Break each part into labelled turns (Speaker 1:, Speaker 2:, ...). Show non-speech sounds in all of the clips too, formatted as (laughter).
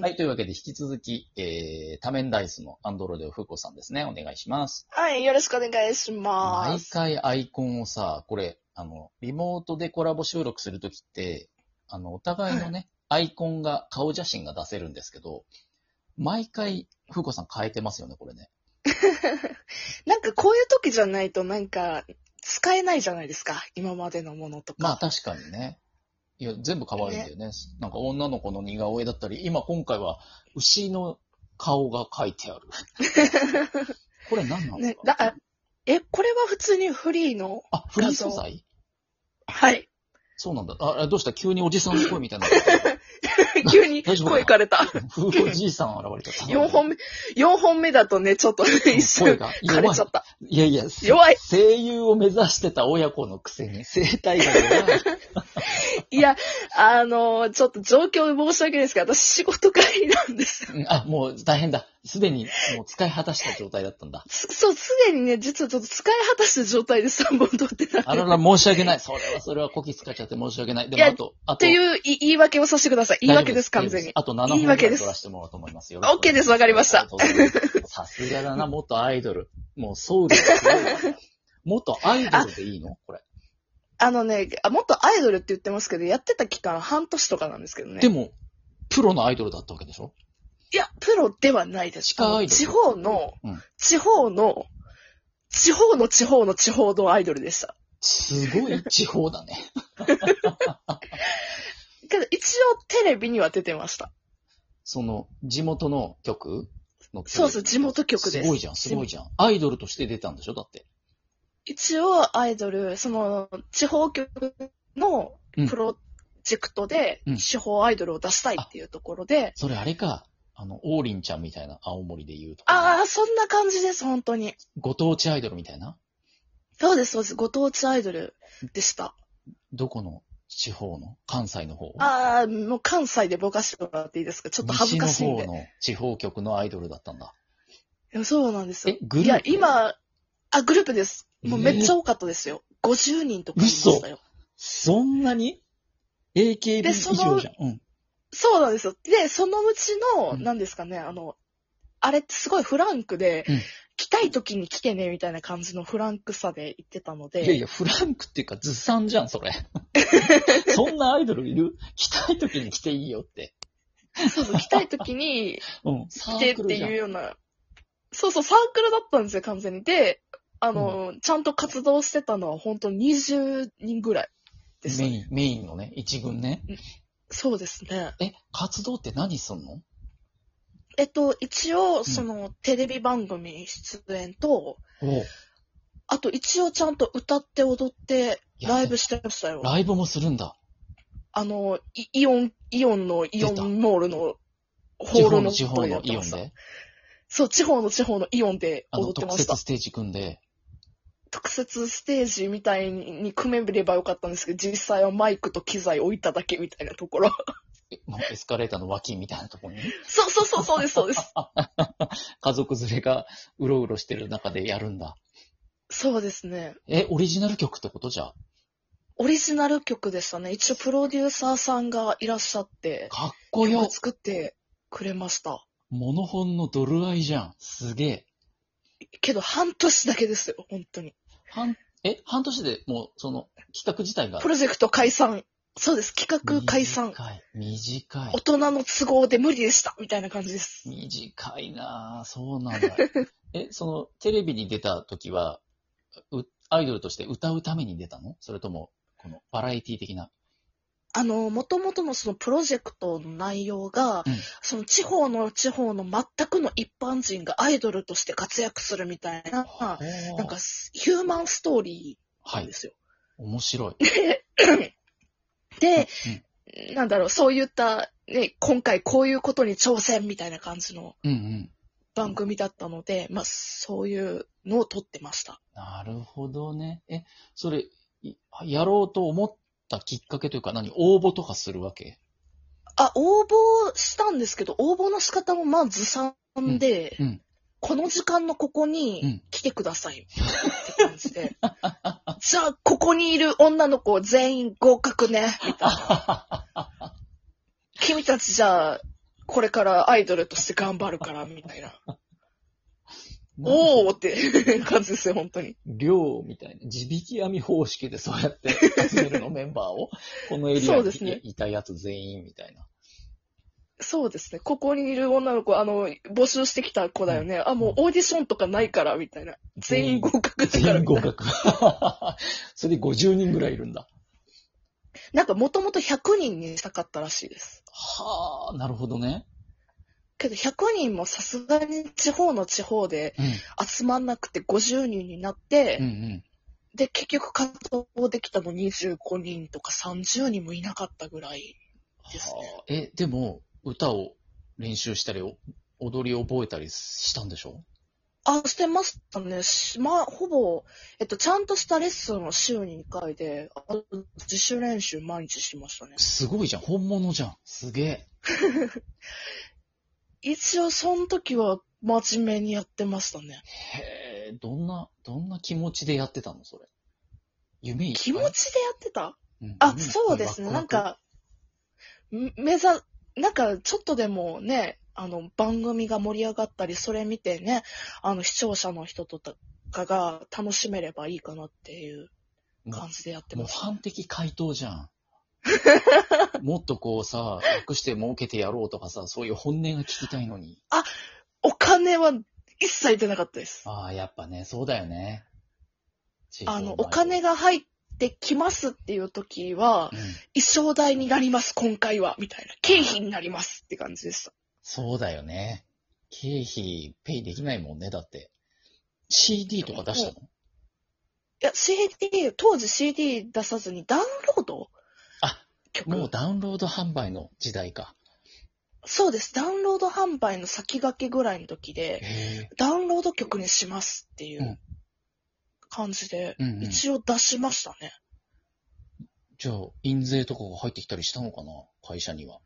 Speaker 1: はい、というわけで引き続き、えー、多面ダイスのアンドロデオフーコさんですね。お願いします。
Speaker 2: はい、よろしくお願いしま
Speaker 1: 毎
Speaker 2: す。
Speaker 1: 回アイコンをさ、これ、あの、リモートでコラボ収録するときって、あの、お互いのね、アイコンが、顔写真が出せるんですけど、毎回、フーコさん変えてますよね、これね。
Speaker 2: (laughs) なんかこういう時じゃないとなんか使えないじゃないですか。今までのものとか。
Speaker 1: まあ確かにね。いや、全部可愛いんだよね。なんか女の子の似顔絵だったり、今今回は牛の顔が書いてある。これ何なの
Speaker 2: ね、だから、え、これは普通にフリーの
Speaker 1: あ、フリー素材
Speaker 2: はい。
Speaker 1: そうなんだ。あ、あどうした急におじさんの声みたいな。
Speaker 2: (laughs) 急に
Speaker 1: 大丈夫かな
Speaker 2: 声かれた。
Speaker 1: ふうおじいさん現れちゃ
Speaker 2: (laughs)
Speaker 1: った。
Speaker 2: 4本目、四本目だとね、ち
Speaker 1: (laughs)
Speaker 2: ょっと一
Speaker 1: 声
Speaker 2: 瞬
Speaker 1: が
Speaker 2: 枯
Speaker 1: 弱
Speaker 2: れ
Speaker 1: い
Speaker 2: ちゃ。った。
Speaker 1: いやいや、せ
Speaker 2: 弱い
Speaker 1: 声優を目指してた親子のくせに、声帯が弱い。
Speaker 2: いや、あのちょっと状況申し訳ないですけど、私仕事帰りなんですよ。
Speaker 1: (laughs) う
Speaker 2: (laughs)
Speaker 1: んあ、もう大変だ。すでにもう使い果たした状態だったんだ。
Speaker 2: すそう、すでにね、実はちょっと使い果たした状態で3本撮ってたんで
Speaker 1: あらら、申し訳ない。それは、それは、こき使っちゃって申し訳ない。でも、
Speaker 2: いや
Speaker 1: あと、あ
Speaker 2: っ
Speaker 1: と、
Speaker 2: ていう言い言い訳をさせてください。言い訳です、
Speaker 1: 大丈
Speaker 2: 完
Speaker 1: 夫
Speaker 2: 全に。
Speaker 1: あと7本
Speaker 2: 言い
Speaker 1: ぐらい
Speaker 2: 訳
Speaker 1: 取
Speaker 2: です
Speaker 1: らせてもらおうと思いますよ。
Speaker 2: OK ですわかりました
Speaker 1: ありがとうございますさすが
Speaker 2: (laughs)
Speaker 1: だな、元アイドル。もう、ソウルがすごいわ。元アイドルでいいのこれ。
Speaker 2: あのね、あもっとアイドルって言ってますけど、やってた期間半年とかなんですけどね
Speaker 1: で。も、プロのアイドルだったわけでしょ
Speaker 2: いや、プロではないです。
Speaker 1: 地下アイドル
Speaker 2: あの地方の、
Speaker 1: うん
Speaker 2: 地方の、地方の地方の地方のアイドルでした。
Speaker 1: すごい地方
Speaker 2: (laughs)
Speaker 1: だね。
Speaker 2: けど、一応テレビには出てました。
Speaker 1: その、地元の局の
Speaker 2: そうそう地元局で
Speaker 1: す
Speaker 2: す
Speaker 1: ごいじゃん、すごいじゃん。アイドルとして出たんでしょだって。
Speaker 2: 一応アイドル、その、地方局の
Speaker 1: うん
Speaker 2: プロジェクトで
Speaker 1: うん、
Speaker 2: 地方アイドルを出したいっていうところで、
Speaker 1: それあれか。あの、王林ちゃんみたいな、青森で言うとか。
Speaker 2: ああ、そんな感じです、本当に。
Speaker 1: ご当地アイドルみたいな。
Speaker 2: そうです、そうです。ご当地アイドルでした。
Speaker 1: どこの地方の関西の方
Speaker 2: ああ、もう関西でぼかしてもらっていいですかちょっと恥ずかしいん
Speaker 1: 西
Speaker 2: で
Speaker 1: の。方の地方局のアイドルだったんだ。
Speaker 2: いやそうなんですよ
Speaker 1: え。、グルー
Speaker 2: い
Speaker 1: プ
Speaker 2: や、。今、あ、グループです。もう
Speaker 1: えー
Speaker 2: めっちゃ多かったですよ。50人とかいましたよ。
Speaker 1: そんなに ?AKB 以
Speaker 2: でその
Speaker 1: 上じゃん。うん。
Speaker 2: そうなんですよ。で、そのうちの、
Speaker 1: うん
Speaker 2: なんですかね、あの、あれってすごいフランクで、
Speaker 1: うん
Speaker 2: 来たい時に来てね、みたいな感じのフランクさで言ってたので、
Speaker 1: いやいや、フランクっていうかずさんじゃん、そ
Speaker 2: (laughs)
Speaker 1: れ。そんなアイドルいる来たい時に来ていいよって。
Speaker 2: そうそう、来たい時に
Speaker 1: うん。サ
Speaker 2: 来て
Speaker 1: ー
Speaker 2: っ
Speaker 1: クル
Speaker 2: て
Speaker 1: じゃん
Speaker 2: いう。ような、そうそう、サークルだったんですよ、完全に。で、あの、ちゃんと活動してたのは本当20人ぐらいでした
Speaker 1: メ
Speaker 2: ね。
Speaker 1: イン、メインのね、一軍ね。
Speaker 2: そうですね。
Speaker 1: え、活動って何すんの
Speaker 2: えっと、一応、その、テレビ番組出演と、
Speaker 1: お
Speaker 2: あと一応ちゃんと歌って踊って、ライブしてましたよ。
Speaker 1: ライブもするんだ。
Speaker 2: あの、イイオン、イオンのイオ
Speaker 1: 出た
Speaker 2: ンモール
Speaker 1: 地
Speaker 2: の、ホー
Speaker 1: 方
Speaker 2: ル
Speaker 1: の
Speaker 2: の
Speaker 1: 地
Speaker 2: とこ
Speaker 1: 方
Speaker 2: ろや
Speaker 1: の
Speaker 2: って
Speaker 1: イオ
Speaker 2: ま
Speaker 1: ン
Speaker 2: した
Speaker 1: で、
Speaker 2: そう、地方の地方のイオンで
Speaker 1: あ
Speaker 2: 踊
Speaker 1: の、
Speaker 2: ってま
Speaker 1: 特
Speaker 2: した
Speaker 1: 設。ステージ組んで、
Speaker 2: 特設ステージみたいにに組めればよかったんですけど、実際はマイクと機材置いただけみたいなところ。 (laughs)
Speaker 1: えもうエスカレーターの脇みたいなところに、
Speaker 2: そうそうそう、そうです、そう
Speaker 1: (laughs)
Speaker 2: です。
Speaker 1: 家族連れがうろうろしてる中でやるんだ。
Speaker 2: そうですね。
Speaker 1: え、オリジナル曲ってことじゃあ
Speaker 2: オリジナル曲でしたね。一応プロデューサーさんがいらっしゃって。
Speaker 1: かっこよ
Speaker 2: 曲作ってくれました。
Speaker 1: モノホンのドルアイじゃん。すげえ。
Speaker 2: けど、半年だけですよ、本当に。
Speaker 1: 半、え、半年でもう、その、企画自体が。
Speaker 2: プロジェクト解散。そうです、企画解散。
Speaker 1: 短い。短い
Speaker 2: 大。人の都合で無理でした、みたいな感じです。
Speaker 1: 短いなぁ。そうなん
Speaker 2: (laughs)
Speaker 1: だ。え、その、テレビに出た時は、うアイドルとして歌うために出たのそれとも、この、バラエティ的な。
Speaker 2: あの、もともとのそのプロジェクトの内容が、
Speaker 1: うん
Speaker 2: その地方の地方の全くの一般人がアイドルとして活躍するみたいな、
Speaker 1: ほう
Speaker 2: なんかヒューマンストーリー
Speaker 1: は
Speaker 2: なん
Speaker 1: い
Speaker 2: で。すよ。
Speaker 1: 面白い。
Speaker 2: で、なんだろう、そういった、ね、今回こういうことに挑戦みたいな感じの
Speaker 1: うんうん。
Speaker 2: 番組だったので、まあ、そういうのを撮ってました。
Speaker 1: なるほどね。え、それ、いやろうと思ったきっかけというか、何応募とかするわけ
Speaker 2: あ、応募したんですけど、応募の仕方もまあずさんで、
Speaker 1: うんうん
Speaker 2: この時間のここに来てください、って感じで。 (laughs) じゃあ、ここにいる女の
Speaker 1: (laughs)
Speaker 2: 子全員合格ね。君たちじゃあ、これからアイドルとして頑張るから、みたいな。
Speaker 1: お
Speaker 2: おーって (laughs) 感じですよ、本当に。
Speaker 1: 量みたいな。地引き網方式でそうやって集めるの、メンバー
Speaker 2: (laughs)
Speaker 1: を。このエリア
Speaker 2: そう
Speaker 1: に
Speaker 2: ですね
Speaker 1: いたやつ全員みたいな。
Speaker 2: そうですね。ここにいる女の子、あの、募集してきた子だよね。あ、もうオーディションとかないから、みたいな。全員合格だか
Speaker 1: 全
Speaker 2: ら
Speaker 1: 員
Speaker 2: みたい
Speaker 1: 合
Speaker 2: な。
Speaker 1: 格。 (laughs) それで50人ぐらいいるんだ。
Speaker 2: なんかもともと100人にしたかったらしいです。
Speaker 1: はあ、なるほどね。
Speaker 2: けど100人もさすがに地方の地方で
Speaker 1: うん。
Speaker 2: 集まんなくて50人になって、
Speaker 1: うんうん。
Speaker 2: で、結局活動できたの25人とか30人もいなかったぐらい。ですね
Speaker 1: はあ、え、でも、歌を練習したり、お踊りを覚えたりしたんでしょ
Speaker 2: あ、してましたね。しまあ、ほぼ、えっと、ちゃんとしたレッスンを週に2回で、あと自主練習毎日してましたね。
Speaker 1: すごいじゃん。本物じゃん。すげえ。
Speaker 2: 一応、その時は真面目にやってましたね。
Speaker 1: へえ、どんな、どんな気持ちでやってたのそれ。夢いっぱい
Speaker 2: 気持ちでやってた
Speaker 1: うん
Speaker 2: あ、
Speaker 1: 夢いっぱい
Speaker 2: そうですね。
Speaker 1: ワ
Speaker 2: なん
Speaker 1: クワク
Speaker 2: か、ん目ざ、なんかちょっとでもね、あの、番組が盛り上がったり、それ見てね、あの、視聴者の人とかが楽しめればいいかなっていう感じでやって
Speaker 1: 模
Speaker 2: ます。
Speaker 1: 範的回答じゃ (laughs) ん。もっとこうさ、楽して儲けてやろうとかさ、そういう本音が聞きたいのに。
Speaker 2: お金は一切出なかったです。
Speaker 1: ああ、やっぱね、そうだよね。
Speaker 2: あの、お金が入ってきますっていう時は
Speaker 1: う、ん
Speaker 2: 衣装代になります、今回は、みたいな。経費になりますって感じでした。
Speaker 1: そうだよね。経費、ペイできないもんね、だって。CD とか出したの
Speaker 2: いや、CD、当時 CD 出さずにダウンロード
Speaker 1: あ、
Speaker 2: 曲
Speaker 1: もうダウンロード販売の時代か。
Speaker 2: そうです。ダウンロード販売の先駆けぐらいの時で、
Speaker 1: へえ。
Speaker 2: ダウンロード曲にしますってい
Speaker 1: うん
Speaker 2: う感じで、
Speaker 1: うん、うん。
Speaker 2: 一応出しましたね。
Speaker 1: じゃあ、印税とかが入ってきたりしたのかな会社には。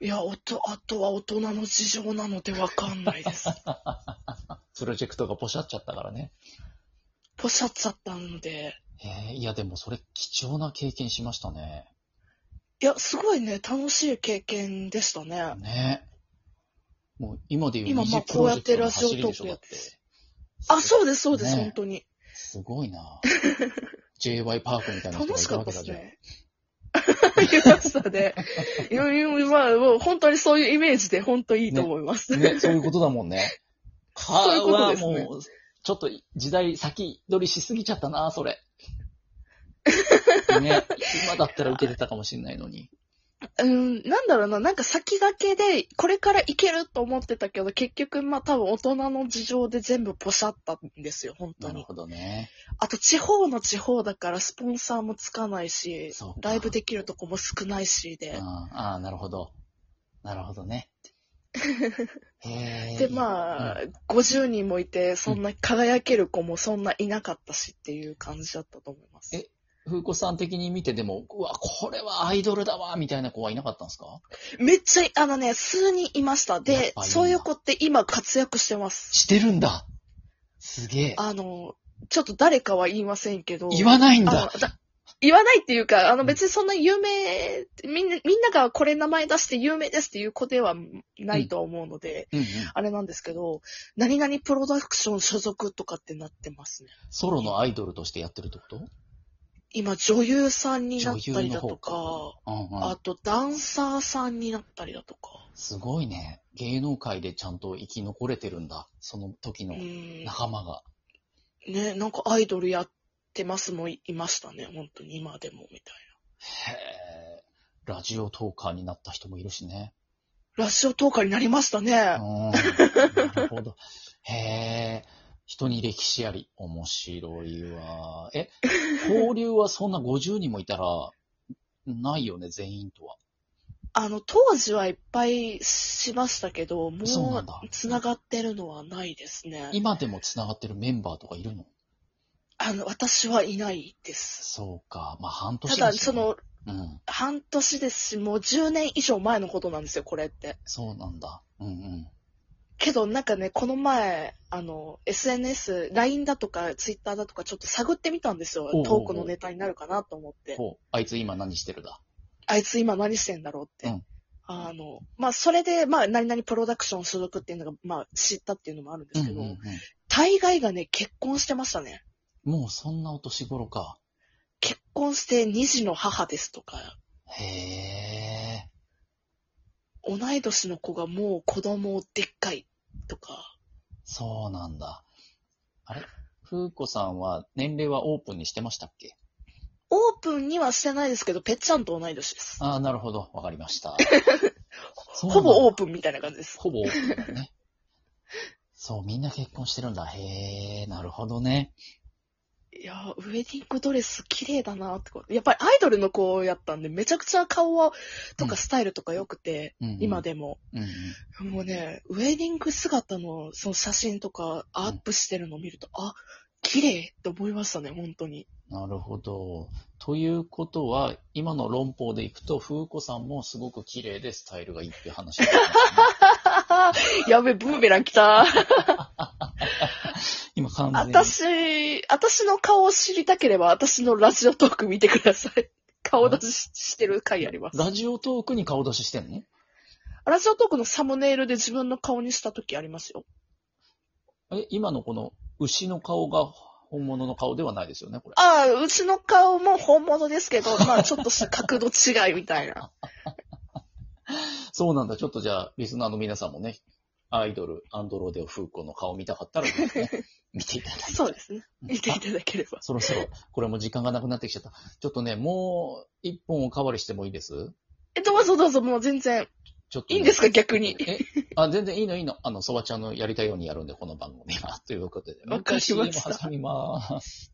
Speaker 2: いや、おと、あとは大人の事情なのでわかんない (laughs) です。
Speaker 1: プロジェクトがポシャっちゃったからね。
Speaker 2: ポシャっちゃったので、
Speaker 1: へえ、いやでもそれ貴重な経験しましたね。
Speaker 2: いや、すごいね、楽しい経験でしたね。
Speaker 1: ねもう今で言う
Speaker 2: 今
Speaker 1: 二
Speaker 2: まあ
Speaker 1: 次プロジェクトの走りでしょ
Speaker 2: こうや
Speaker 1: だっ
Speaker 2: っ
Speaker 1: てて
Speaker 2: ラジ。あ、そうです、そうです、
Speaker 1: ね
Speaker 2: 本当に。
Speaker 1: すごい
Speaker 2: (laughs)
Speaker 1: な JY パークみたいな人
Speaker 2: 楽
Speaker 1: がい
Speaker 2: したかっ
Speaker 1: わ
Speaker 2: た
Speaker 1: けだ
Speaker 2: です
Speaker 1: じゃん。
Speaker 2: ね。 (laughs) 言いましたね。いやいやまあ、もう本当にそういうイメージで本当いいと思います。
Speaker 1: ね、そういうことだもんね。
Speaker 2: そういうことですね
Speaker 1: はもう、ちょっと時代先取りしすぎちゃったな、そ
Speaker 2: (laughs)
Speaker 1: れ。ね、今だったら受けてたかもしれないのに。
Speaker 2: うん、なんだろうな、なんか先駆けで、これからいけると思ってたけど、結局、まあ多分大人の事情で全部ポシャったんですよ、本当
Speaker 1: なる
Speaker 2: に。
Speaker 1: ほどね。
Speaker 2: あと、地方の地方だから、スポンサーもつかないし
Speaker 1: そう、か
Speaker 2: ライブできるとこも少ないし
Speaker 1: うん
Speaker 2: で。
Speaker 1: ああ、なるほど。なるほど
Speaker 2: (laughs)
Speaker 1: ね。へえ。
Speaker 2: で、
Speaker 1: うん
Speaker 2: まあ、50人もいて、そんな輝ける子もそんないなかったしっていう感じだったと思います。
Speaker 1: え風子さん的に見てでも、うわ、これはアイドルだわ、みたいな子はいなかったんですか
Speaker 2: めっちゃい、あのね、数人いました。
Speaker 1: やっぱい
Speaker 2: で
Speaker 1: るん、だ
Speaker 2: そういう子って今活躍してます。
Speaker 1: してるんだすげえ。
Speaker 2: あの、ちょっと誰かは言いませんけど。
Speaker 1: 言わないん
Speaker 2: あ
Speaker 1: だ
Speaker 2: のだ言わないっていうか、あの別にそんな有名、みんな、みんながこれ名前出して有名ですっていう子ではないとは思うので、
Speaker 1: うんうん。
Speaker 2: あれなんですけど、何々プロダクション所属とかってなってますね。
Speaker 1: ソロのアイドルとしてやってるってこと
Speaker 2: 今女優さんになっ
Speaker 1: 女
Speaker 2: た
Speaker 1: 優
Speaker 2: り
Speaker 1: の
Speaker 2: だ
Speaker 1: 方
Speaker 2: と
Speaker 1: か
Speaker 2: か、
Speaker 1: うんうん。
Speaker 2: あとダンサーさんになったりだとか、
Speaker 1: すごいね。芸能界でちゃんと生き残れてるんだ。その時
Speaker 2: う
Speaker 1: の
Speaker 2: ん、
Speaker 1: 仲間が。
Speaker 2: ね、なんかアイドルやってますもいましたね、本当に今でもみたい
Speaker 1: へえ。ラジオトーカーになった人もいるしね。
Speaker 2: な。ラジオトーカーになりましたね
Speaker 1: う。ん。なるほど。へえ。人に歴史あり。面白いわ。え、交流はそんな50人もいたら、ないよね、全員とは。
Speaker 2: あの、当時はいっぱいしましたけど、も
Speaker 1: そうなんだ
Speaker 2: う、つながってるのはないですね。
Speaker 1: 今でも繋がってるメンバーとかいるの
Speaker 2: あの、私はいないです。
Speaker 1: そうか。まあ、半年
Speaker 2: た
Speaker 1: です
Speaker 2: だ、
Speaker 1: よね
Speaker 2: そ、の、
Speaker 1: うん。
Speaker 2: 半年ですし、もう10年以上前のことなんですよ、これって。
Speaker 1: そうなんだ。うんうん。
Speaker 2: けど、なんかね、この前、あの、SNS、LINE だとか、Twitter だとか、ちょっと探ってみたんですよ
Speaker 1: おうおうおう。
Speaker 2: トークのネタになるかなと思って。
Speaker 1: ほう。あいつ今何してるだ。
Speaker 2: あいつ今何してんだろうって。
Speaker 1: うん
Speaker 2: あの、まあ、それで、まあ、何々プロダクション所属っていうのが、まあ、知ったっていうのもあるん
Speaker 1: う
Speaker 2: で
Speaker 1: ん
Speaker 2: す
Speaker 1: う
Speaker 2: けど、
Speaker 1: ん
Speaker 2: 大概がね、結婚してましたね。
Speaker 1: うん。もうそんなお年頃か。
Speaker 2: 結婚して2児の母ですとか、
Speaker 1: へえ。
Speaker 2: 同い年の子がもう子供でっかいとか、
Speaker 1: そうなんだ。あれ風子さんは年齢はオープンにしてましたっけ
Speaker 2: オープンにはしてないですけど、ぺっちゃんと同い年です。
Speaker 1: ああ、なるほど。わかりま
Speaker 2: (laughs)
Speaker 1: した。
Speaker 2: ほぼオー
Speaker 1: ン。
Speaker 2: プンみたいな感じです。
Speaker 1: ほぼオープンだね。そう、みんな結婚してるんだ。へえ、なるほどね。
Speaker 2: いやー、ウェディングドレス綺麗だなってこやっぱりアイドルの子やったんで、めちゃくちゃ顔は、
Speaker 1: う
Speaker 2: と
Speaker 1: ん
Speaker 2: かスタイルとか良くて、
Speaker 1: うんうん
Speaker 2: 今。でも。
Speaker 1: うんうん
Speaker 2: もうね、ウェディング姿のその写真とかアップしてるのを見ると、あ、綺麗って思いましたね、本当に。
Speaker 1: なるほど。ということは、今の論法でいくと、風子さんもすごく綺麗でスタイルがいいっていう話ですね、
Speaker 2: (laughs) やべ、ブーメラン来た。
Speaker 1: 今完全に。
Speaker 2: 私、私の顔を知りたければ、私のラジオトーク見てください。顔出ししてる回あります。
Speaker 1: ラジオトークに顔出ししてんの
Speaker 2: ラジオトークのサムネイルで自分の顔にした時ありますよ。
Speaker 1: え、今のこの牛の顔が本物の顔ではないですよね、これ。
Speaker 2: ああ、うちの顔も本物ですけど、まあちょっとした角度違いみたいな。
Speaker 1: そうなんだ。ちょっとじゃあ、リスナーの皆さんもね、アイドル、アンドロデオ風子の顔見たか
Speaker 2: (laughs)
Speaker 1: ったら、ぜひね、見ていただいて。
Speaker 2: そうですね。見てい
Speaker 1: あ
Speaker 2: ただければ。
Speaker 1: そろそろ、これも時間がなくなってきちゃった。ちょっとね、もう一本おかわりしてもいいです
Speaker 2: え、どうぞどうぞ、もう全然。
Speaker 1: ちょっとね、
Speaker 2: いいんですか、逆に。
Speaker 1: え、あ、全然いいのいいの。あの、そばちゃんのやりたいようにやるんで、この番組は。ということで、
Speaker 2: わかりました
Speaker 1: もう一回 CM 挟みます。